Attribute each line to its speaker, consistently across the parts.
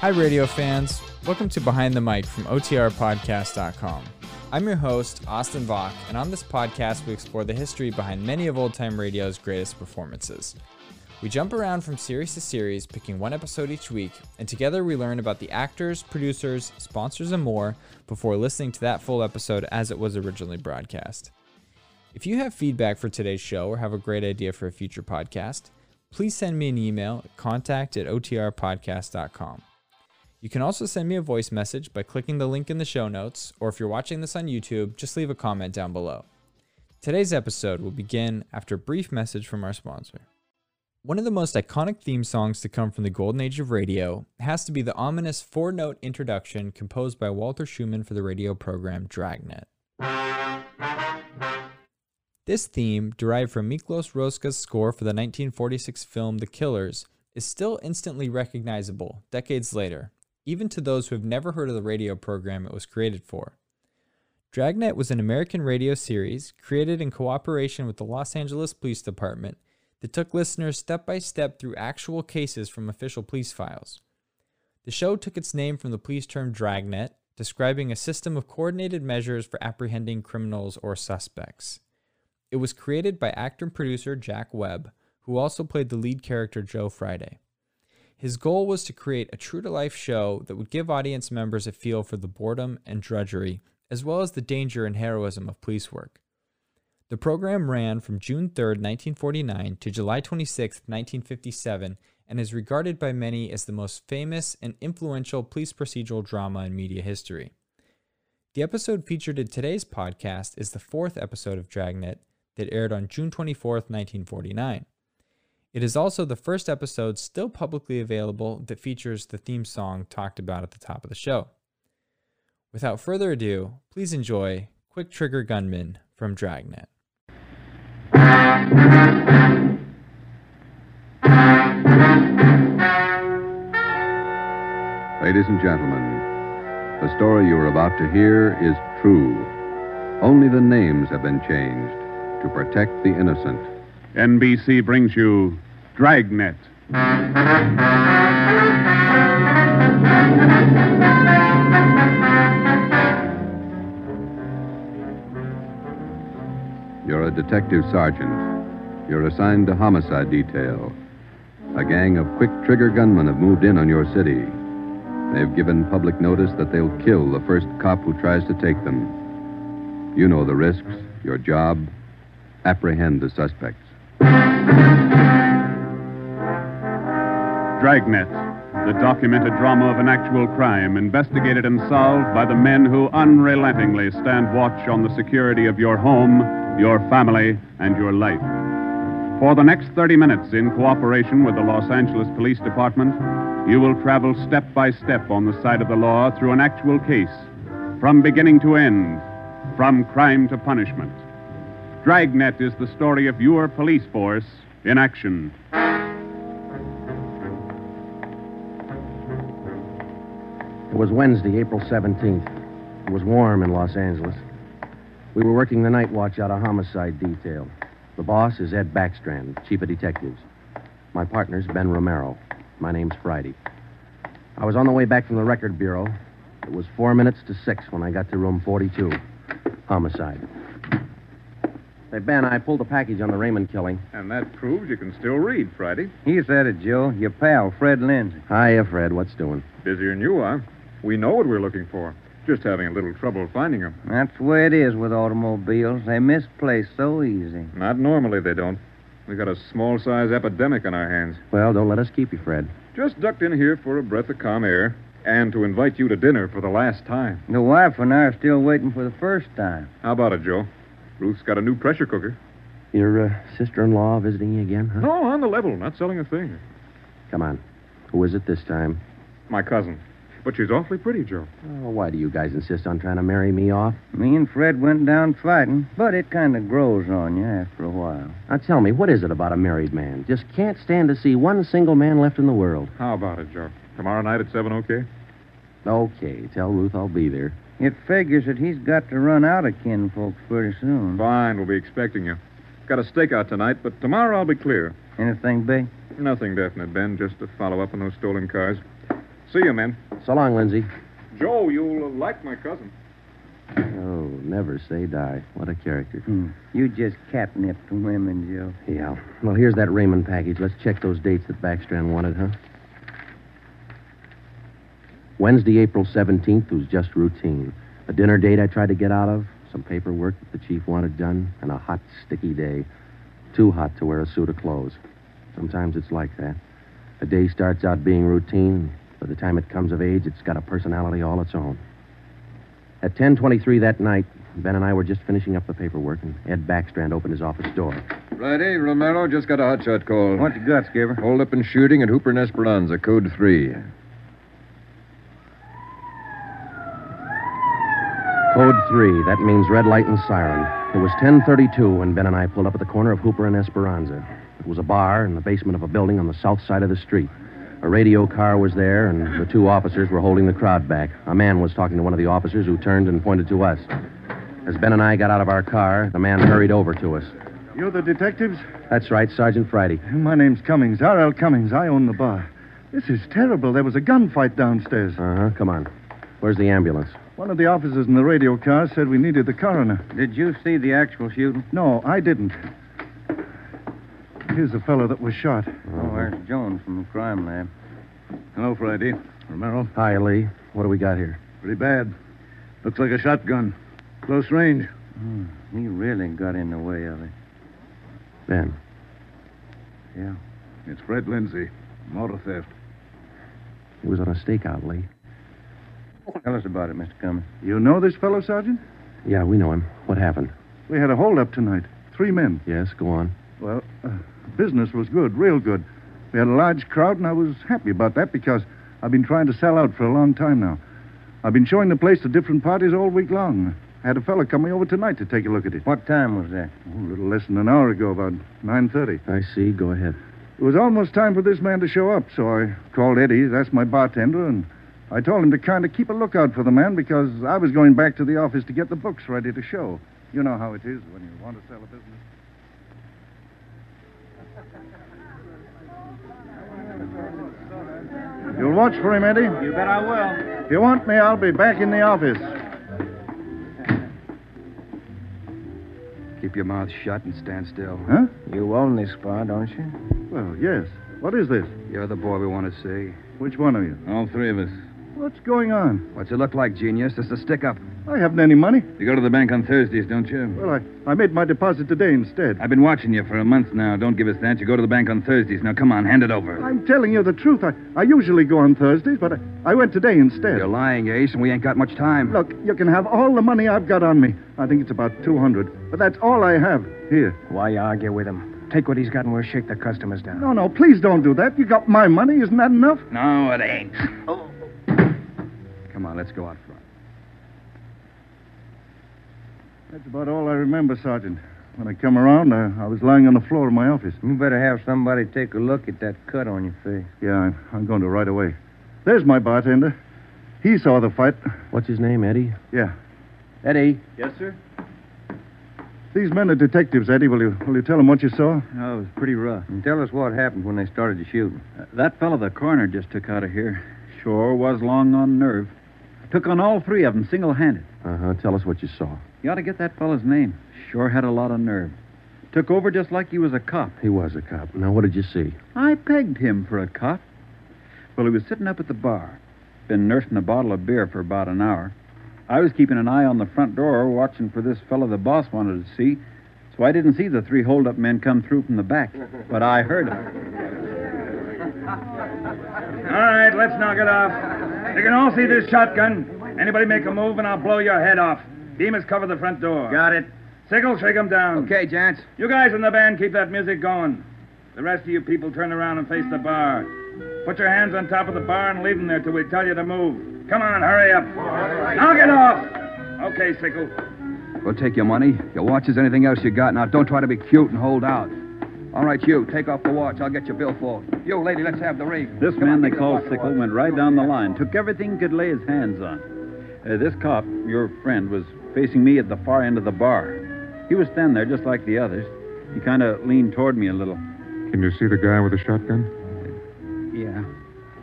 Speaker 1: Hi, radio fans. Welcome to Behind the Mic from OTRPodcast.com. I'm your host, Austin Vach, and on this podcast, we explore the history behind many of old time radio's greatest performances. We jump around from series to series, picking one episode each week, and together we learn about the actors, producers, sponsors, and more before listening to that full episode as it was originally broadcast. If you have feedback for today's show or have a great idea for a future podcast, please send me an email at contact at otrpodcast.com. You can also send me a voice message by clicking the link in the show notes, or if you're watching this on YouTube, just leave a comment down below. Today's episode will begin after a brief message from our sponsor. One of the most iconic theme songs to come from the golden age of radio has to be the ominous four note introduction composed by Walter Schumann for the radio program Dragnet. This theme, derived from Miklos Roska's score for the 1946 film The Killers, is still instantly recognizable decades later, even to those who have never heard of the radio program it was created for. Dragnet was an American radio series created in cooperation with the Los Angeles Police Department that took listeners step by step through actual cases from official police files. The show took its name from the police term dragnet, describing a system of coordinated measures for apprehending criminals or suspects. It was created by actor and producer Jack Webb, who also played the lead character Joe Friday. His goal was to create a true to life show that would give audience members a feel for the boredom and drudgery, as well as the danger and heroism of police work. The program ran from June 3, 1949 to July 26, 1957, and is regarded by many as the most famous and influential police procedural drama in media history. The episode featured in today's podcast is the fourth episode of Dragnet that aired on June 24, 1949. It is also the first episode still publicly available that features the theme song talked about at the top of the show. Without further ado, please enjoy Quick Trigger Gunman from Dragnet.
Speaker 2: Ladies and gentlemen, the story you are about to hear is true. Only the names have been changed to protect the innocent.
Speaker 3: NBC brings you Dragnet.
Speaker 2: You're a detective sergeant. You're assigned to homicide detail. A gang of quick trigger gunmen have moved in on your city. They've given public notice that they'll kill the first cop who tries to take them. You know the risks, your job. Apprehend the suspects.
Speaker 3: Dragnet, the documented drama of an actual crime investigated and solved by the men who unrelentingly stand watch on the security of your home, your family, and your life. For the next 30 minutes, in cooperation with the Los Angeles Police Department, you will travel step by step on the side of the law through an actual case, from beginning to end, from crime to punishment. Dragnet is the story of your police force in action.
Speaker 4: It was Wednesday, April 17th. It was warm in Los Angeles. We were working the night watch out of homicide detail. The boss is Ed Backstrand, chief of detectives. My partner's Ben Romero. My name's Friday. I was on the way back from the record bureau. It was four minutes to six when I got to room 42. Homicide. Hey, Ben, I pulled a package on the Raymond killing.
Speaker 3: And that proves you can still read, Friday.
Speaker 5: He's at it, Joe. Your pal, Fred Lindsay.
Speaker 4: Hiya, uh, Fred. What's doing?
Speaker 3: Busier than you are. We know what we're looking for. Just having a little trouble finding him.
Speaker 5: That's the way it is with automobiles. They misplace so easy.
Speaker 3: Not normally they don't. We've got a small size epidemic on our hands.
Speaker 4: Well, don't let us keep you, Fred.
Speaker 3: Just ducked in here for a breath of calm air and to invite you to dinner for the last time.
Speaker 5: The wife and I are still waiting for the first time.
Speaker 3: How about it, Joe? Ruth's got a new pressure cooker.
Speaker 4: Your uh, sister in law visiting you again, huh?
Speaker 3: No, Oh, on the level, not selling a thing.
Speaker 4: Come on. Who is it this time?
Speaker 3: My cousin. But she's awfully pretty, Joe.
Speaker 4: Oh, why do you guys insist on trying to marry me off?
Speaker 5: Me and Fred went down fighting, but it kind of grows on you after a while.
Speaker 4: Now tell me, what is it about a married man? Just can't stand to see one single man left in the world.
Speaker 3: How about it, Joe? Tomorrow night at 7, okay?
Speaker 4: Okay, tell Ruth I'll be there.
Speaker 5: It figures that he's got to run out of kinfolks pretty soon.
Speaker 3: Fine, we'll be expecting you. Got a stakeout tonight, but tomorrow I'll be clear.
Speaker 5: Anything big?
Speaker 3: Nothing definite, Ben, just to follow up on those stolen cars.
Speaker 6: See you, men.
Speaker 4: So long, Lindsay.
Speaker 6: Joe, you'll like my cousin.
Speaker 4: Oh, never say die. What a character.
Speaker 5: Hmm. You just catnip the women, Joe.
Speaker 4: Yeah. Well, here's that Raymond package. Let's check those dates that Backstrand wanted, huh? Wednesday, April 17th was just routine. A dinner date I tried to get out of, some paperwork that the chief wanted done, and a hot, sticky day. Too hot to wear a suit of clothes. Sometimes it's like that. A day starts out being routine. By the time it comes of age, it's got a personality all its own. At 10:23 that night, Ben and I were just finishing up the paperwork, and Ed Backstrand opened his office door.
Speaker 2: Friday, Romero just got a hot shot call.
Speaker 5: What you got, Skipper?
Speaker 2: Hold up and shooting at Hooper and Esperanza, code three.
Speaker 4: Code three. That means red light and siren. It was 10:32 when Ben and I pulled up at the corner of Hooper and Esperanza. It was a bar in the basement of a building on the south side of the street. A radio car was there, and the two officers were holding the crowd back. A man was talking to one of the officers, who turned and pointed to us. As Ben and I got out of our car, the man hurried over to us.
Speaker 7: You're the detectives?
Speaker 4: That's right, Sergeant Friday.
Speaker 7: My name's Cummings, R.L. Cummings. I own the bar. This is terrible. There was a gunfight downstairs.
Speaker 4: Uh huh. Come on. Where's the ambulance?
Speaker 7: One of the officers in the radio car said we needed the coroner.
Speaker 5: Did you see the actual shooting?
Speaker 7: No, I didn't. Here's the fellow that was shot.
Speaker 5: Oh, there's Jones from the crime lab.
Speaker 6: Hello, Friday. Romero?
Speaker 4: Hi, Lee. What do we got here?
Speaker 6: Pretty bad. Looks like a shotgun. Close range.
Speaker 5: Hmm, He really got in the way of it.
Speaker 4: Ben.
Speaker 5: Yeah.
Speaker 6: It's Fred Lindsay. Motor theft.
Speaker 4: He was on a stakeout, Lee.
Speaker 5: Tell us about it, Mr. Cummings.
Speaker 7: You know this fellow, Sergeant?
Speaker 4: Yeah, we know him. What happened?
Speaker 7: We had a holdup tonight. Three men.
Speaker 4: Yes, go on.
Speaker 7: Well, uh, business was good, real good. We had a large crowd, and I was happy about that because I've been trying to sell out for a long time now. I've been showing the place to different parties all week long. I had a fellow coming over tonight to take a look at it.
Speaker 5: What time was that?
Speaker 7: Oh, a little less than an hour ago, about 9.30.
Speaker 4: I see. Go ahead.
Speaker 7: It was almost time for this man to show up, so I called Eddie, that's my bartender, and I told him to kind of keep a lookout for the man because I was going back to the office to get the books ready to show. You know how it is when you want to sell a business. You'll watch for him, Eddie? You bet I will. If you want me, I'll be back in the office.
Speaker 6: Keep your mouth shut and stand still.
Speaker 7: Huh?
Speaker 5: You own this bar, don't you?
Speaker 7: Well, yes. What is this?
Speaker 6: You're the boy we want to see.
Speaker 7: Which one of you?
Speaker 6: All three of us.
Speaker 7: What's going on?
Speaker 6: What's it look like, genius? It's a stick up.
Speaker 7: I haven't any money.
Speaker 6: You go to the bank on Thursdays, don't you?
Speaker 7: Well, I, I made my deposit today instead.
Speaker 6: I've been watching you for a month now. Don't give us that. You go to the bank on Thursdays. Now, come on, hand it over.
Speaker 7: I'm telling you the truth. I, I usually go on Thursdays, but I, I went today instead.
Speaker 6: You're lying, Ace, and we ain't got much time.
Speaker 7: Look, you can have all the money I've got on me. I think it's about 200, but that's all I have. Here.
Speaker 8: Why argue with him? Take what he's got and we'll shake the customers down.
Speaker 7: No, no, please don't do that. You got my money. Isn't that enough?
Speaker 6: No, it ain't.
Speaker 7: Oh.
Speaker 6: Come on, let's go out front.
Speaker 7: That's about all I remember, Sergeant. When I come around, I, I was lying on the floor of my office.
Speaker 5: You better have somebody take a look at that cut on your face.
Speaker 7: Yeah, I'm, I'm going to right away. There's my bartender. He saw the fight.
Speaker 4: What's his name, Eddie?
Speaker 7: Yeah.
Speaker 4: Eddie.
Speaker 6: Yes, sir?
Speaker 7: These men are detectives, Eddie. Will you, will you tell them what you saw?
Speaker 6: No, Oh, it was pretty rough.
Speaker 5: And tell us what happened when they started to shoot.
Speaker 6: Uh, that fellow the coroner just took out of here sure was long on nerve. Took on all three of them single handed.
Speaker 4: Uh huh. Tell us what you saw.
Speaker 6: You ought to get that fellow's name. Sure had a lot of nerve. Took over just like he was a cop.
Speaker 4: He was a cop. Now, what did you see?
Speaker 6: I pegged him for a cop. Well, he was sitting up at the bar. Been nursing a bottle of beer for about an hour. I was keeping an eye on the front door, watching for this fellow the boss wanted to see. So I didn't see the three holdup men come through from the back, but I heard them.
Speaker 9: All right, let's knock it off. You can all see this shotgun. Anybody make a move, and I'll blow your head off. Demas, cover the front door.
Speaker 5: Got it.
Speaker 9: Sickle, shake 'em down.
Speaker 6: Okay, gents.
Speaker 9: You guys in the band keep that music going. The rest of you people turn around and face the bar. Put your hands on top of the bar and leave them there till we tell you to move. Come on, hurry up. Knock it off. Okay, Sickle.
Speaker 6: We'll take your money, your watches, anything else you got. Now, don't try to be cute and hold out. All right, you, take off the watch. I'll get your billfold. You, lady, let's have the ring.
Speaker 10: This
Speaker 6: Come
Speaker 10: man
Speaker 6: on,
Speaker 10: they
Speaker 6: give me the
Speaker 10: called
Speaker 6: pocket
Speaker 10: Sickle
Speaker 6: watch.
Speaker 10: went right down the line, took everything he could lay his hands on. Uh, this cop, your friend, was facing me at the far end of the bar. He was standing there just like the others. He kind of leaned toward me a little.
Speaker 11: Can you see the guy with the shotgun?
Speaker 10: Yeah.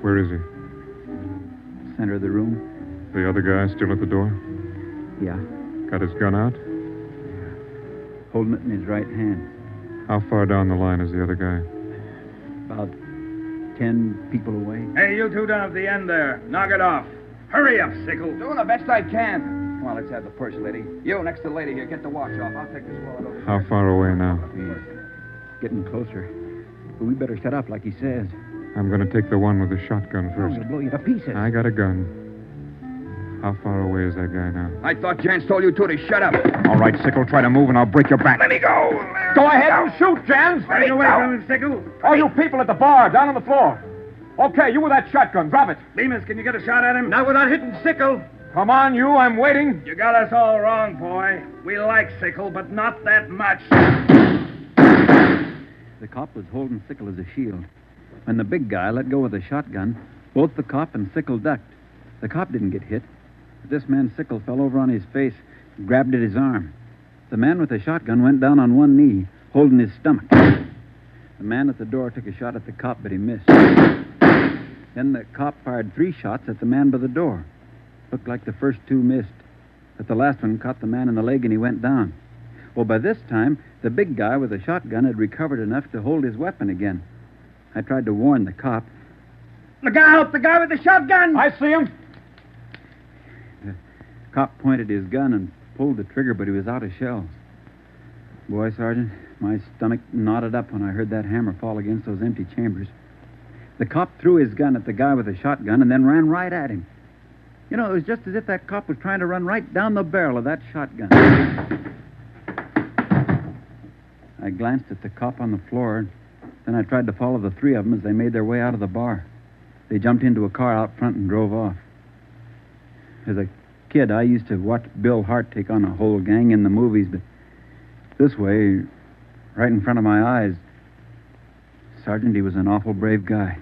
Speaker 11: Where is he?
Speaker 6: center of the room.
Speaker 11: The other guy still at the door?
Speaker 6: Yeah,
Speaker 11: Got his gun out?
Speaker 6: holding it in his right hand.
Speaker 11: How far down the line is the other guy?
Speaker 6: About ten people away.
Speaker 9: Hey, you two down at the end there. Knock it off. Hurry up, Sickle.
Speaker 12: Doing the best I can. Come on, let's have the purse, lady. You next to the lady here. Get the watch off. I'll take this wallet over.
Speaker 11: How far away now?
Speaker 6: Getting closer. But we better set up like he says.
Speaker 11: I'm going to take the one with the shotgun
Speaker 6: I'm
Speaker 11: first.
Speaker 6: gonna blow you to pieces.
Speaker 11: I got a gun. How far away is that guy now?
Speaker 12: I thought Jans told you two to shut up.
Speaker 11: All right, Sickle, try to move and I'll break your back.
Speaker 12: Let me go.
Speaker 13: Go ahead and shoot, Jans.
Speaker 12: Let me
Speaker 13: away
Speaker 12: go.
Speaker 13: from him, Sickle. All you people at the bar, down on the floor. Okay, you with that shotgun, drop it.
Speaker 9: Bemis, can you get a shot at him?
Speaker 13: Not without hitting Sickle. Come on, you, I'm waiting.
Speaker 9: You got us all wrong, boy. We like Sickle, but not that much.
Speaker 6: The cop was holding Sickle as a shield. When the big guy let go with the shotgun, both the cop and Sickle ducked. The cop didn't get hit. But this man Sickle fell over on his face, and grabbed at his arm. The man with the shotgun went down on one knee, holding his stomach. The man at the door took a shot at the cop, but he missed. Then the cop fired three shots at the man by the door. Looked like the first two missed, but the last one caught the man in the leg and he went down. Well, by this time, the big guy with the shotgun had recovered enough to hold his weapon again. I tried to warn the cop.
Speaker 13: Look out, the guy with the shotgun. I see him.
Speaker 6: Cop pointed his gun and pulled the trigger, but he was out of shells. Boy, Sergeant, my stomach knotted up when I heard that hammer fall against those empty chambers. The cop threw his gun at the guy with the shotgun and then ran right at him. You know, it was just as if that cop was trying to run right down the barrel of that shotgun. I glanced at the cop on the floor, and then I tried to follow the three of them as they made their way out of the bar. They jumped into a car out front and drove off. As a kid, I used to watch Bill Hart take on a whole gang in the movies, but this way, right in front of my eyes, Sergeant, he was an awful brave guy.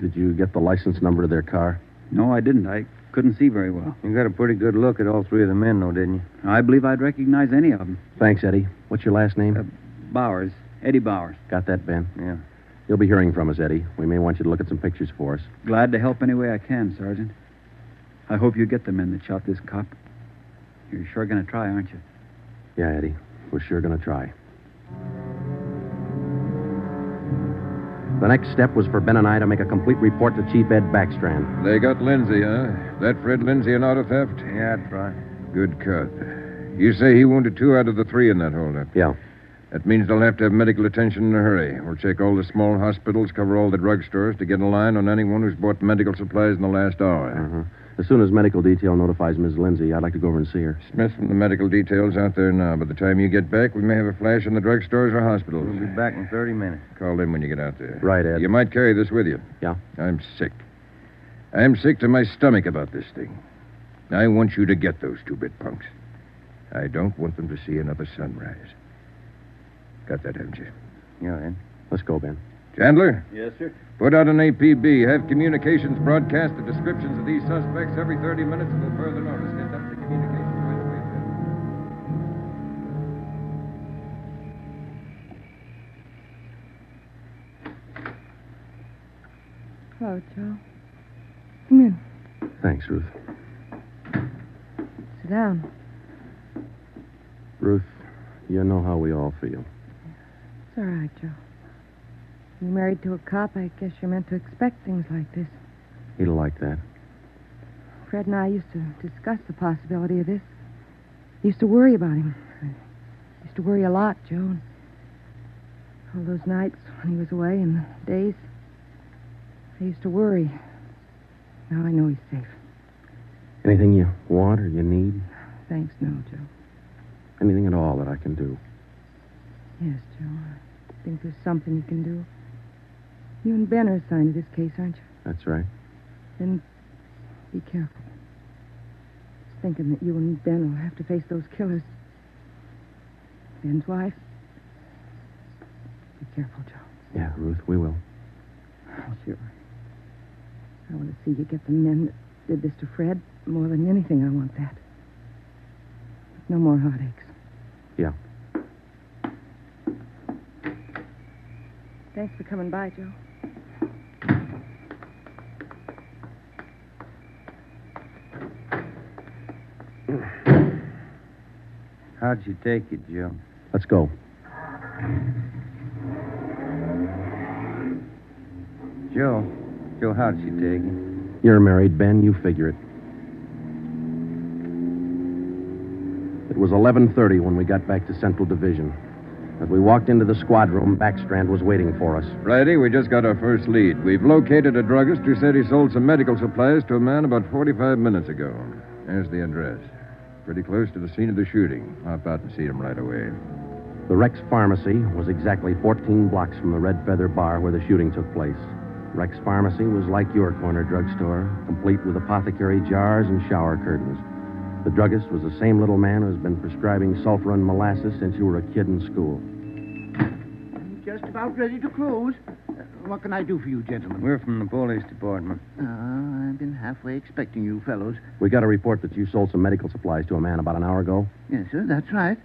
Speaker 4: Did you get the license number of their car?
Speaker 6: No, I didn't. I couldn't see very well.
Speaker 5: You got a pretty good look at all three of the men, though, didn't you?
Speaker 6: I believe I'd recognize any of them.
Speaker 4: Thanks, Eddie. What's your last name?
Speaker 6: Bowers, Eddie Bowers.
Speaker 4: Got that, Ben?
Speaker 6: Yeah.
Speaker 4: You'll be hearing from us, Eddie. We may want you to look at some pictures for us.
Speaker 6: Glad to help any way I can, Sergeant. I hope you get the men that shot this cop. You're sure going to try, aren't you?
Speaker 4: Yeah, Eddie. We're sure going to try. The next step was for Ben and I to make a complete report to Chief Ed Backstrand.
Speaker 14: They got Lindsay, huh? That Fred Lindsay an auto theft?
Speaker 5: Yeah, that's right.
Speaker 14: Good cut. You say he wounded two out of the three in that holdup.
Speaker 4: Yeah.
Speaker 14: That means they'll have to have medical attention in a hurry. We'll check all the small hospitals, cover all the drugstores to get a line on anyone who's bought medical supplies in the last hour.
Speaker 4: Uh-huh. As soon as medical detail notifies Ms. Lindsay, I'd like to go over and see her.
Speaker 14: Smith from the medical details out there now. By the time you get back, we may have a flash on the drugstores or hospitals.
Speaker 5: We'll be back in 30 minutes.
Speaker 14: Call in when you get out there.
Speaker 4: Right, Ed.
Speaker 14: You might carry this with you.
Speaker 4: Yeah.
Speaker 14: I'm sick. I'm sick to my stomach about this thing. I want you to get those two bit punks. I don't want them to see another sunrise. Got that, haven't you?
Speaker 5: Yeah, Ed.
Speaker 4: Let's go, Ben.
Speaker 14: Chandler,
Speaker 10: Yes, sir.
Speaker 14: put out an APB. Have communications broadcast the descriptions of these suspects every 30 minutes until further notice. Get them to communications right away, Chandler.
Speaker 15: Hello, Joe. Come in.
Speaker 4: Thanks, Ruth.
Speaker 15: Sit down.
Speaker 4: Ruth, you know how we all feel.
Speaker 15: It's all right, Joe. When you're married to a cop, I guess you're meant to expect things like this.
Speaker 4: He'll like that.
Speaker 15: Fred and I used to discuss the possibility of this. I used to worry about him. I used to worry a lot, Joe. and All those nights when he was away and the days. I used to worry. Now I know he's safe.
Speaker 4: Anything you want or you need?
Speaker 15: Thanks, no, Joe.
Speaker 4: Anything at all that I can do?
Speaker 15: Yes, Joe. I think there's something you can do. You and Ben are assigned to this case, aren't you?
Speaker 4: That's right.
Speaker 15: Then be careful. Just thinking that you and Ben will have to face those killers. Ben's wife. Be careful, Joe.
Speaker 4: Yeah, Ruth, we will.
Speaker 15: Sure. I want to see you get the men that did this to Fred. More than anything, I want that. No more heartaches.
Speaker 4: Yeah.
Speaker 15: Thanks for coming by, Joe.
Speaker 5: How'd you take it, Joe?
Speaker 4: Let's go.
Speaker 5: Joe? Joe, how'd you take it?
Speaker 4: You're married, Ben. You figure it. It was 11:30 when we got back to Central Division. As we walked into the squad room, Backstrand was waiting for us.
Speaker 14: Friday, we just got our first lead. We've located a druggist who said he sold some medical supplies to a man about 45 minutes ago. There's the address. Pretty close to the scene of the shooting. Hop out and see him right away.
Speaker 4: The Rex Pharmacy was exactly 14 blocks from the Red Feather Bar where the shooting took place. Rex Pharmacy was like your corner drugstore, complete with apothecary jars and shower curtains. The druggist was the same little man who's been prescribing sulfur and molasses since you were a kid in school.
Speaker 16: Just about ready to close. Uh, what can I do for you, gentlemen?
Speaker 5: We're from the police department.
Speaker 16: Oh, I've been halfway expecting you fellows.
Speaker 4: We got a report that you sold some medical supplies to a man about an hour ago.
Speaker 16: Yes, sir, that's right.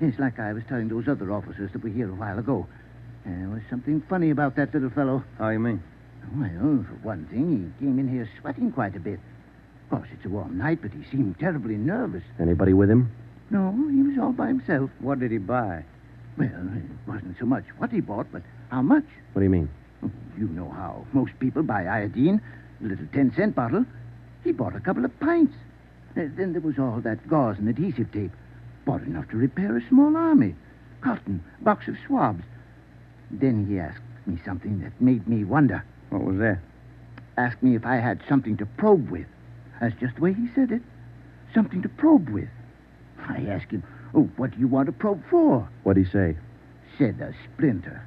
Speaker 16: It's like I was telling those other officers that were here a while ago. There was something funny about that little fellow.
Speaker 5: How you mean?
Speaker 16: Well, for one thing, he came in here sweating quite a bit. Of course, it's a warm night, but he seemed terribly nervous.
Speaker 4: Anybody with him?
Speaker 16: No, he was all by himself.
Speaker 5: What did he buy?
Speaker 16: Well, it wasn't so much what he bought, but how much.
Speaker 4: What do you mean?
Speaker 16: You know how most people buy iodine, a little 10 cent bottle. He bought a couple of pints. Uh, Then there was all that gauze and adhesive tape. Bought enough to repair a small army. Cotton, box of swabs. Then he asked me something that made me wonder.
Speaker 5: What was that?
Speaker 16: Asked me if I had something to probe with. That's just the way he said it. Something to probe with. I asked him, Oh, what do you want to probe for?
Speaker 4: What'd he say?
Speaker 16: Said a splinter.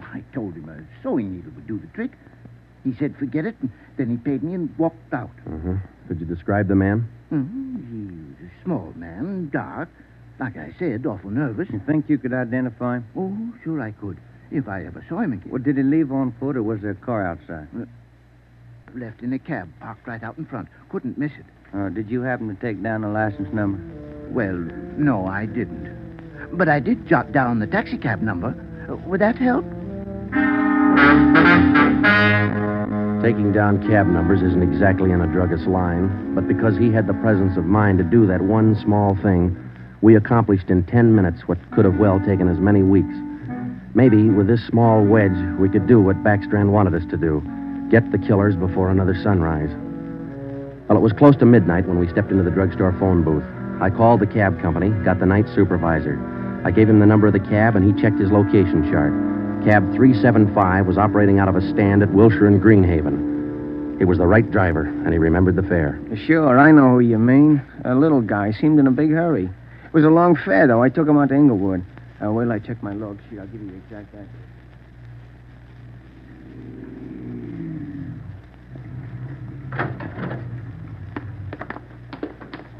Speaker 16: I told him a sewing needle would do the trick. He said, Forget it, and then he paid me and walked out.
Speaker 4: Uh-huh. Could you describe the man?
Speaker 16: Mhm. He was a small man, dark. Like I said, awful nervous.
Speaker 5: You think you could identify him?
Speaker 16: Oh, sure I could, if I ever saw him again.
Speaker 5: Well, did he leave on foot, or was there a car outside?
Speaker 16: Left in a cab parked right out in front. Couldn't miss it.
Speaker 5: Uh, did you happen to take down the license number?
Speaker 16: Well, no, I didn't. But I did jot down the taxicab number. Uh, Would that help?
Speaker 4: Taking down cab numbers isn't exactly in a druggist's line, but because he had the presence of mind to do that one small thing, we accomplished in 10 minutes what could have well taken as many weeks. Maybe with this small wedge, we could do what Backstrand wanted us to do get the killers before another sunrise. Well, it was close to midnight when we stepped into the drugstore phone booth. I called the cab company, got the night supervisor. I gave him the number of the cab, and he checked his location chart. Cab 375 was operating out of a stand at Wilshire and Greenhaven. He was the right driver, and he remembered the fare.
Speaker 5: Uh, Sure, I know who you mean. A little guy. Seemed in a big hurry. It was a long fare, though. I took him out to Inglewood. Uh, wait till I check my log sheet. I'll give you the exact address.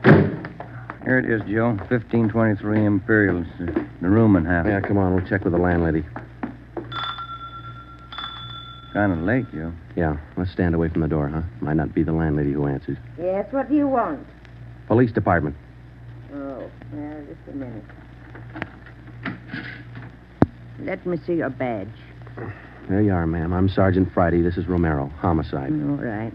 Speaker 5: Here it is, Joe. 1523 Imperial. It's, uh, The room and half.
Speaker 4: Yeah, come on, we'll check with the landlady.
Speaker 5: Kind of late, Joe.
Speaker 4: Yeah, let's stand away from the door, huh? Might not be the landlady who answers.
Speaker 17: Yes, what do you want?
Speaker 4: Police department.
Speaker 17: Oh, well, just a minute. Let me see your badge.
Speaker 4: There you are, ma'am. I'm Sergeant Friday. This is Romero, homicide.
Speaker 17: All right.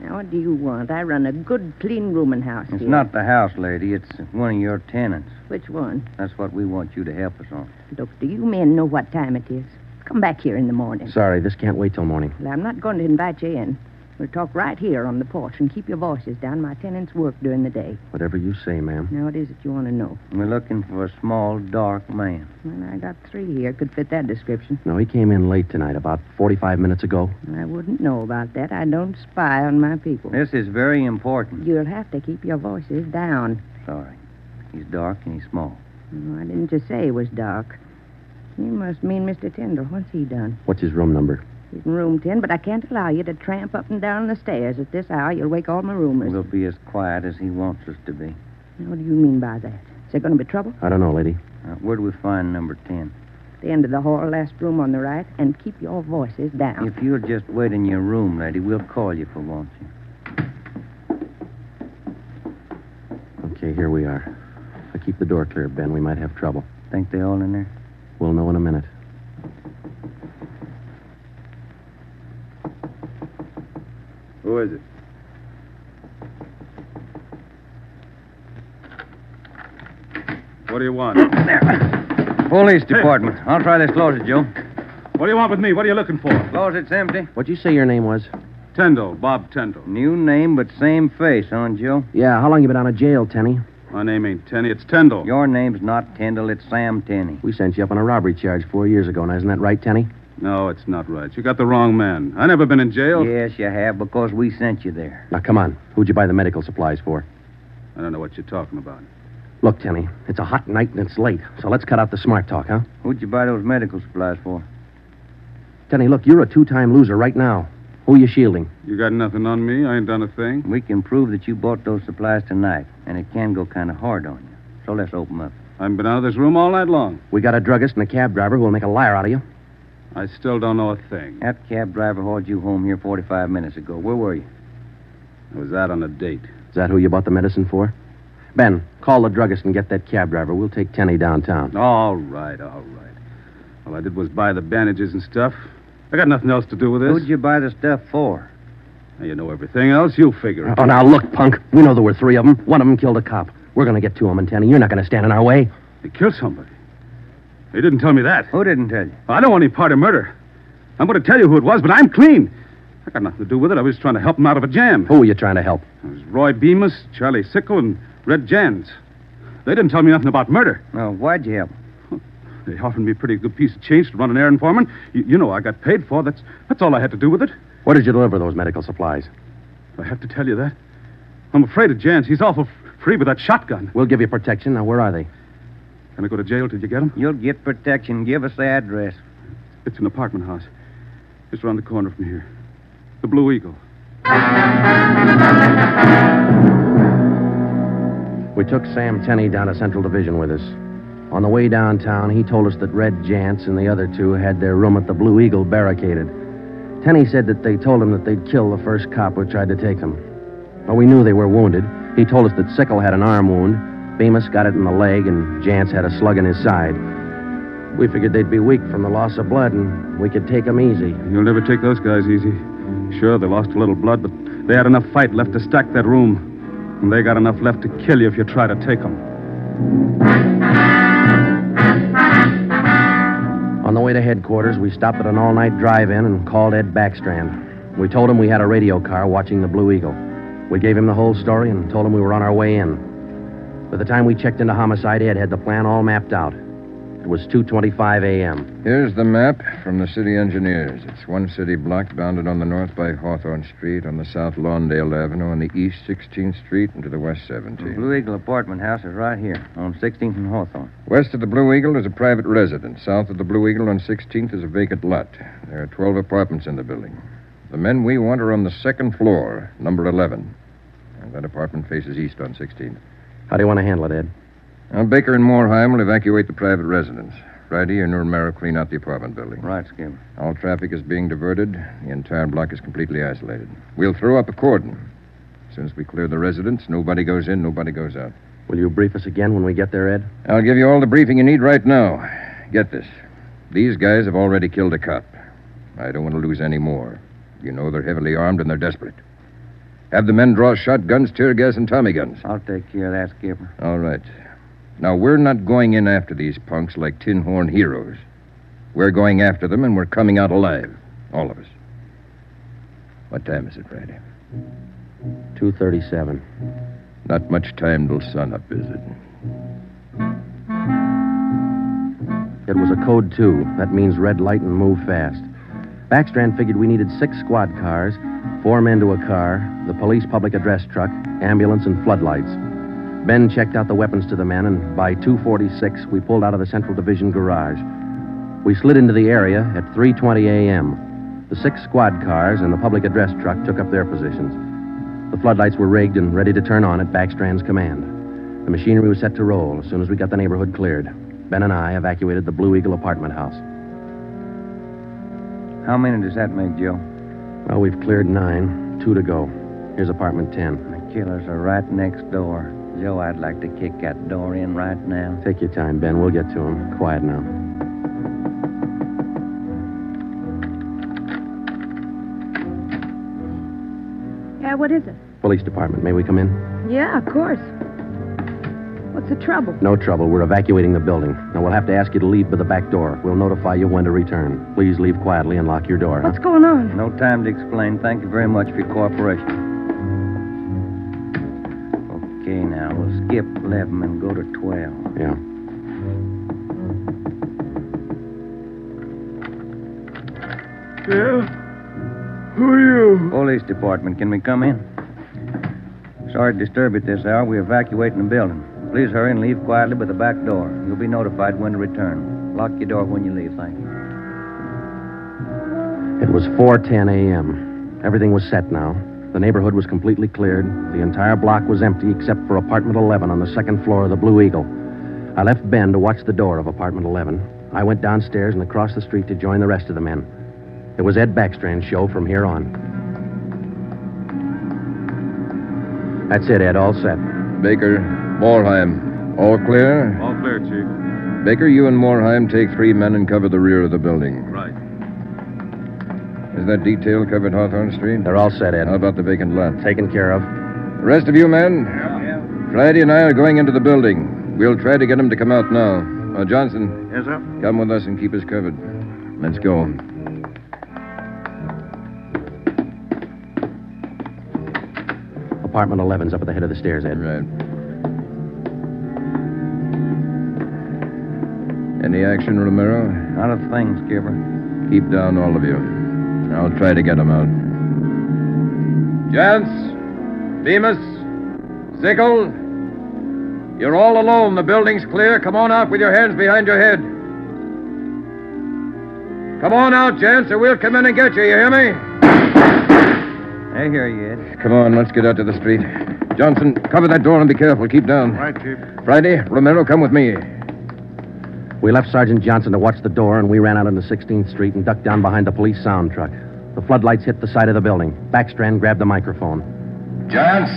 Speaker 17: Now, what do you want? I run a good, clean rooming house
Speaker 5: It's
Speaker 17: here.
Speaker 5: not the house, lady. It's one of your tenants.
Speaker 17: Which one?
Speaker 5: That's what we want you to help us on.
Speaker 17: Look, do you men know what time it is? Come back here in the morning.
Speaker 4: Sorry, this can't wait till morning.
Speaker 17: Well, I'm not going to invite you in. We'll talk right here on the porch and keep your voices down. My tenants work during the day.
Speaker 4: Whatever you say, ma'am.
Speaker 17: Now, what is it you want to know?
Speaker 5: We're looking for a small, dark man.
Speaker 17: Well, I got three here. Could fit that description.
Speaker 4: No, he came in late tonight, about 45 minutes ago.
Speaker 17: I wouldn't know about that. I don't spy on my people.
Speaker 5: This is very important.
Speaker 17: You'll have to keep your voices down.
Speaker 5: Sorry. He's dark and he's small.
Speaker 17: Oh, I didn't just say it was dark. You must mean Mr. Tyndall. What's he done?
Speaker 4: What's his room number?
Speaker 17: He's in room 10, but I can't allow you to tramp up and down the stairs. At this hour, you'll wake all my roomers.
Speaker 5: We'll be as quiet as he wants us to be.
Speaker 17: Now, What do you mean by that? Is there going to be trouble?
Speaker 4: I don't know, lady.
Speaker 5: Uh, where do we find number 10?
Speaker 17: At the end of the hall, last room on the right, and keep your voices down.
Speaker 5: If you'll just wait in your room, lady, we'll call you for once.
Speaker 4: Okay, here we are. If I keep the door clear, Ben, we might have trouble.
Speaker 5: Think they all in there?
Speaker 4: We'll know in a minute.
Speaker 10: Who is it?
Speaker 18: What do you want?
Speaker 19: Police Department. I'll try this closet, Joe.
Speaker 18: What do you want with me? What are you looking for?
Speaker 19: Closet's empty.
Speaker 4: What'd you say your name was?
Speaker 18: Tendall, Bob Tendall.
Speaker 19: New name, but same face, huh, Joe?
Speaker 4: Yeah, how long you been out of jail, Tenny?
Speaker 18: My name ain't Tenny, it's Tendall.
Speaker 19: Your name's not Tendall, it's Sam Tenney.
Speaker 4: We sent you up on a robbery charge four years ago, now isn't that right, Tenny?
Speaker 18: No, it's not right. You got the wrong man. I never been in jail.
Speaker 19: Yes, you have, because we sent you there.
Speaker 4: Now come on. Who'd you buy the medical supplies for?
Speaker 18: I don't know what you're talking about.
Speaker 4: Look, Tenny, it's a hot night and it's late, so let's cut out the smart talk, huh?
Speaker 19: Who'd you buy those medical supplies for?
Speaker 4: Tenny, look, you're a two-time loser right now. Who are you shielding?
Speaker 18: You got nothing on me? I ain't done a thing.
Speaker 19: We can prove that you bought those supplies tonight, and it can go kind of hard on you. So let's open up.
Speaker 18: I haven't been out of this room all night long.
Speaker 4: We got a druggist and a cab driver who'll make a liar out of you.
Speaker 18: I still don't know a thing.
Speaker 19: That cab driver hauled you home here 45 minutes ago. Where were you?
Speaker 18: I was out on a date.
Speaker 4: Is that who you bought the medicine for? Ben, call the druggist and get that cab driver. We'll take Tenny downtown.
Speaker 18: All right, all right. All I did was buy the bandages and stuff. I got nothing else to do with this.
Speaker 19: Who'd you buy the stuff for?
Speaker 18: Now, you know everything else. You figure it.
Speaker 4: Oh, now look, punk. We know there were three of them. One of them killed a cop. We're going to get to him, and Tenny, you're not going to stand in our way.
Speaker 18: They killed somebody. They didn't tell me that.
Speaker 19: Who didn't tell you?
Speaker 18: I don't want any part of murder. I'm going to tell you who it was, but I'm clean. I got nothing to do with it. I was trying to help him out of a jam.
Speaker 4: Who were you trying to help?
Speaker 18: It was Roy Bemis, Charlie Sickle, and Red Jans. They didn't tell me nothing about murder.
Speaker 19: Well, why'd you help 'em?
Speaker 18: They offered me a pretty good piece of change to run an errand for them. You, you know I got paid for. That's that's all I had to do with it.
Speaker 4: Where did you deliver those medical supplies?
Speaker 18: Do I have to tell you that. I'm afraid of Jans. He's awful f- free with that shotgun.
Speaker 4: We'll give you protection. Now, where are they?
Speaker 18: Can I go to jail till you get him?
Speaker 19: You'll get protection. Give us the address.
Speaker 18: It's an apartment house. Just around the corner from here. The Blue Eagle.
Speaker 4: We took Sam Tenney down to Central Division with us. On the way downtown, he told us that Red Jantz and the other two had their room at the Blue Eagle barricaded. Tenney said that they told him that they'd kill the first cop who tried to take them. But we knew they were wounded. He told us that Sickle had an arm wound, Bemis got it in the leg, and Jantz had a slug in his side. We figured they'd be weak from the loss of blood, and we could take them easy.
Speaker 18: You'll never take those guys easy. Sure, they lost a little blood, but they had enough fight left to stack that room. And they got enough left to kill you if you try to take them.
Speaker 4: On the way to headquarters, we stopped at an all night drive in and called Ed Backstrand. We told him we had a radio car watching the Blue Eagle. We gave him the whole story and told him we were on our way in. By the time we checked into homicide, Ed had the plan all mapped out. It was 2:25 a.m.
Speaker 14: Here's the map from the city engineers. It's one city block bounded on the north by Hawthorne Street, on the south Lawndale Avenue, on the east 16th Street, and to the west 17th.
Speaker 19: The Blue E- Eagle apartment house is right here on 16th and Hawthorne.
Speaker 14: West of the Blue Eagle is a private residence. South of the Blue Eagle on 16th is a vacant lot. There are 12 apartments in the building. The men we want are on the second floor, number 11. And that apartment faces east on 16th.
Speaker 4: How do you want to handle it, Ed?
Speaker 14: Now, Baker and Moorheim will evacuate the private residence. Friday, you and Romero clean out the apartment building.
Speaker 19: Right, Skim.
Speaker 14: All traffic is being diverted. The entire block is completely isolated. We'll throw up a cordon. As soon as we clear the residence, nobody goes in, nobody goes out.
Speaker 4: Will you brief us again when we get there, Ed?
Speaker 14: I'll give you all the briefing you need right now. Get this. These guys have already killed a cop. I don't want to lose any more. You know they're heavily armed and they're desperate. Have the men draw shotguns, tear gas, and Tommy guns.
Speaker 19: I'll take care of that, Skipper.
Speaker 14: All right. Now, we're not going in after these punks like tin horn heroes. We're going after them, and we're coming out alive. All of us. What time is it, Friday?
Speaker 4: 2:37.
Speaker 14: Not much time till sunup, is it?
Speaker 4: It was a code two. That means red light and move fast. Backstrand figured we needed six squad cars, four men to a car, the police public address truck, ambulance, and floodlights. Ben checked out the weapons to the men, and by 2:46 we pulled out of the Central Division garage. We slid into the area at 3:20 a.m. The six squad cars and the public address truck took up their positions. The floodlights were rigged and ready to turn on at Backstrand's command. The machinery was set to roll as soon as we got the neighborhood cleared. Ben and I evacuated the Blue Eagle apartment house.
Speaker 19: How many does that make, Joe?
Speaker 4: Well, we've cleared nine. Two to go. Here's apartment 10.
Speaker 19: The killers are right next door. Joe, I'd like to kick that door in right now.
Speaker 4: Take your time, Ben. We'll get to him. Quiet now.
Speaker 17: Yeah, what is it?
Speaker 4: Police department, may we come in?
Speaker 17: Yeah, of course. What's
Speaker 15: What's the trouble?
Speaker 4: No trouble. We're evacuating the building. Now we'll have to ask you to leave by the back door. We'll notify you when to return. Please leave quietly and lock your door.
Speaker 15: What's going on?
Speaker 19: No time to explain. Thank you very much for your cooperation. Okay, now we'll skip 11 and go to 12.
Speaker 4: Yeah.
Speaker 19: Yeah? Who are you? Police Department. Can we come in? Sorry to disturb you at this hour. We're evacuating the building. Please hurry and leave quietly by the back door. You'll be notified when to return. Lock your door when you leave. Thank you.
Speaker 4: It was 4:10 a.m. Everything was set now. The neighborhood was completely cleared. The entire block was empty except for apartment 11 on the second floor of the Blue Eagle. I left Ben to watch the door of apartment 11. I went downstairs and across the street to join the rest of the men. It was Ed Backstrand's show from here on. That's it, Ed. All set.
Speaker 14: Baker, Morheim, all clear?
Speaker 11: All clear, Chief.
Speaker 14: Baker, you and Morheim take three men and cover the rear of the building.
Speaker 11: Right.
Speaker 14: Is that detail covered Hawthorne Street?
Speaker 4: They're all set, Ed.
Speaker 14: How about the vacant lot?
Speaker 4: Taken care of.
Speaker 14: The rest of you men? Yeah. Friday and I are going into the building. We'll try to get him to come out now. Uh, Johnson,
Speaker 7: Yes, sir.
Speaker 14: come with us and keep us covered. Let's go.
Speaker 4: Apartment 11's up at the head of the stairs, Ed.
Speaker 14: Right. Any action, Romero?
Speaker 19: Not a thing, Skipper.
Speaker 14: Keep down, all of you. I'll try to get him out. Gents, Bemis, Sickle, you're all alone. The building's clear. Come on out with your hands behind your head. Come on out, gents, or we'll come in and get you. You hear me?
Speaker 19: I hear you, Ed.
Speaker 14: Come on, let's get out to the street. Johnson, cover that door and be careful. Keep down.
Speaker 7: Right, Chief.
Speaker 14: Friday, Romero, come with me.
Speaker 4: We left Sergeant Johnson to watch the door, and we ran out into 16th Street and ducked down behind the police sound truck. The floodlights hit the side of the building. Backstrand grabbed the microphone.
Speaker 2: Giants,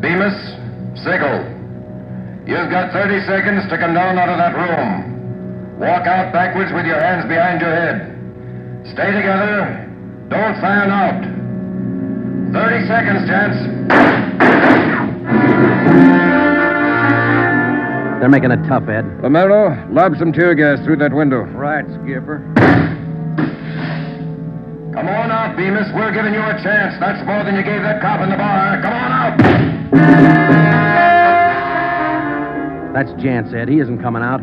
Speaker 2: Bemis, Sickle. You've got 30 seconds to come down out of that room. Walk out backwards with your hands behind your head. Stay together. Don't fan out. 30 seconds, gents.
Speaker 4: They're making it tough, Ed.
Speaker 14: Romero, lob some tear gas through that window.
Speaker 19: Right, Skipper.
Speaker 2: Come on out, Bemis. We're giving you a chance. That's more than you gave that cop in the bar. Come on out.
Speaker 4: That's Jance, Ed. He isn't coming out.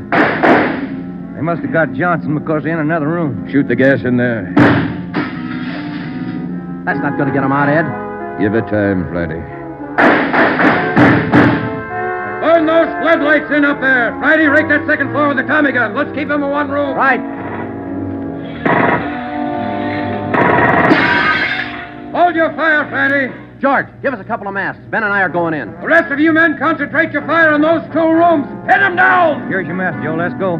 Speaker 19: They must have got Johnson because they're in another room.
Speaker 14: Shoot the gas in there.
Speaker 4: That's not going to get him out, Ed.
Speaker 14: Give it time, Friday.
Speaker 12: Burn those floodlights in up there. Friday, rake that second floor with a Tommy gun. Let's keep him in one room.
Speaker 4: Right.
Speaker 12: Hold your fire, Friday.
Speaker 4: George, give us a couple of masks. Ben and I are going in.
Speaker 12: The rest of you men, concentrate your fire on those two rooms. Pin them down.
Speaker 19: Here's your mess, Joe. Let's go.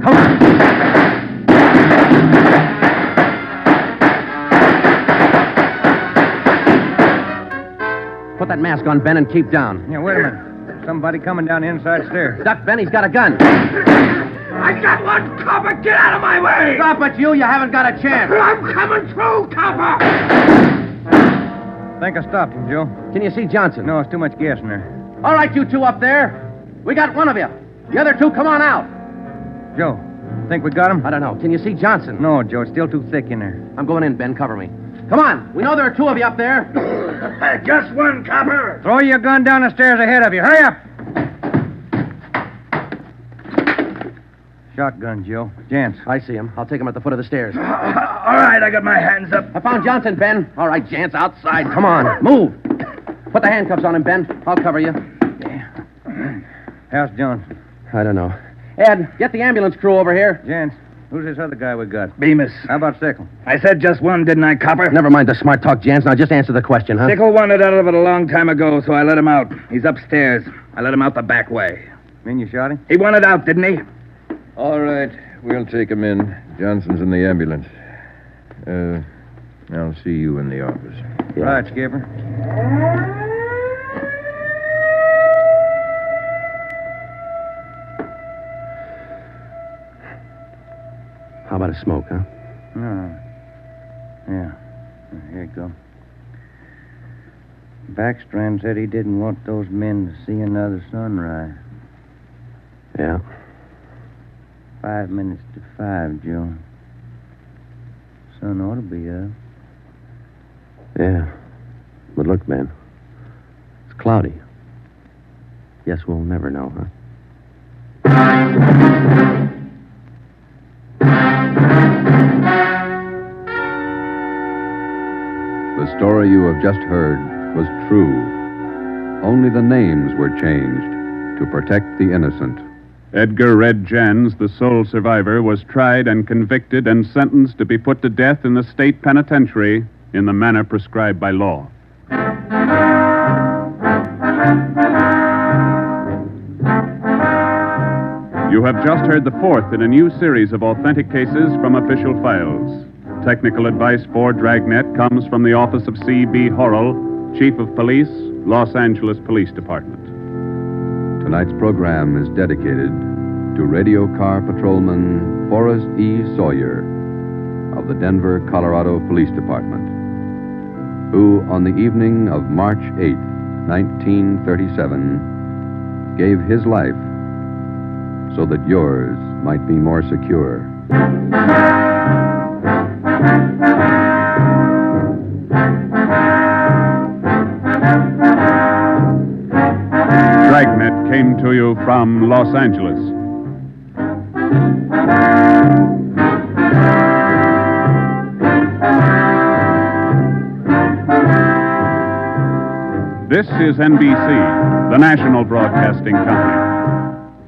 Speaker 4: Put that mask on, Ben, and keep down.
Speaker 19: Yeah, wait a minute. Somebody coming down the inside stairs.
Speaker 4: Duck, Ben, he's got a gun.
Speaker 12: I got one, copper. Get out of my way.
Speaker 4: Stop it, you. You haven't got a chance.
Speaker 12: I'm coming through, copper.
Speaker 19: Think I stopped him, Joe.
Speaker 4: Can you see Johnson?
Speaker 19: No, it's too much gas in there.
Speaker 4: All right, you two up there. We got one of you. The other two, come on out.
Speaker 19: Joe, think we got him?
Speaker 4: I don't know. Can you see Johnson?
Speaker 19: No, Joe. It's still too thick in there.
Speaker 4: I'm going in, Ben. Cover me. Come on. We know there are two of you up there.
Speaker 12: Just one, copper.
Speaker 19: Throw your gun down the stairs ahead of you. Hurry up. Shotgun, Joe. Jance.
Speaker 4: I see him. I'll take him at the foot of the stairs.
Speaker 12: All right, I got my hands up.
Speaker 4: I found Johnson, Ben. All right, Jance, outside. Come on, move. Put the handcuffs on him, Ben. I'll cover you.
Speaker 19: How's Johnson?
Speaker 4: I don't know. Ed, get the ambulance crew over here.
Speaker 19: Jance. Who's this other guy we got?
Speaker 12: Bemis.
Speaker 19: How about Sickle?
Speaker 12: I said just one, didn't I, copper?
Speaker 4: Never mind the smart talk, Jance. Now just answer the question, huh?
Speaker 12: Sickle wanted out of it a long time ago, so I let him out. He's upstairs. I let him out the back way.
Speaker 19: Mean you shot him?
Speaker 12: He wanted out, didn't he?
Speaker 14: All right, we'll take him in. Johnson's in the ambulance. Uh, I'll see you in the office.
Speaker 19: Right, Skipper.
Speaker 4: How about a smoke, huh?
Speaker 19: No. Yeah. Here you go. Backstrand said he didn't want those men to see another sunrise.
Speaker 4: Yeah.
Speaker 19: Five minutes to five, Joe. Sun ought to be up.
Speaker 4: Yeah. But look, man, it's cloudy. Guess we'll never know, huh?
Speaker 2: The story you have just heard was true. Only the names were changed to protect the innocent.
Speaker 3: Edgar Red Jans, the sole survivor, was tried and convicted and sentenced to be put to death in the state penitentiary in the manner prescribed by law. You have just heard the fourth in a new series of authentic cases from official files. Technical advice for Dragnet comes from the office of C.B. Horrell, Chief of Police, Los Angeles Police Department.
Speaker 2: Tonight's program is dedicated to radio car patrolman Forrest E. Sawyer of the Denver, Colorado Police Department, who, on the evening of March 8, 1937, gave his life so that yours might be more secure.
Speaker 3: Dragnet came to you from Los Angeles. This is NBC, the national broadcasting company.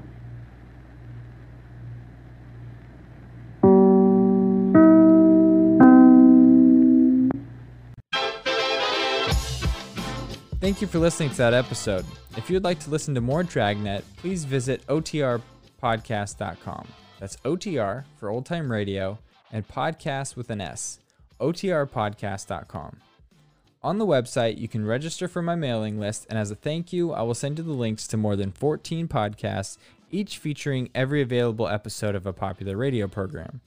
Speaker 1: Thank you for listening to that episode. If you'd like to listen to more Dragnet, please visit OTRpodcast.com. That's OTR for old time radio and podcast with an S, OTRpodcast.com. On the website, you can register for my mailing list, and as a thank you, I will send you the links to more than 14 podcasts, each featuring every available episode of a popular radio program.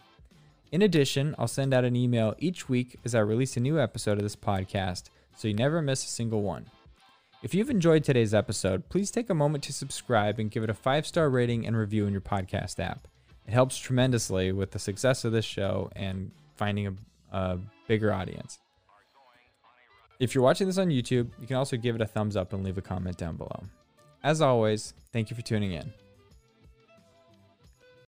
Speaker 1: In addition, I'll send out an email each week as I release a new episode of this podcast, so you never miss a single one. If you've enjoyed today's episode, please take a moment to subscribe and give it a five star rating and review in your podcast app. It helps tremendously with the success of this show and finding a, a bigger audience. If you're watching this on YouTube, you can also give it a thumbs up and leave a comment down below. As always, thank you for tuning in.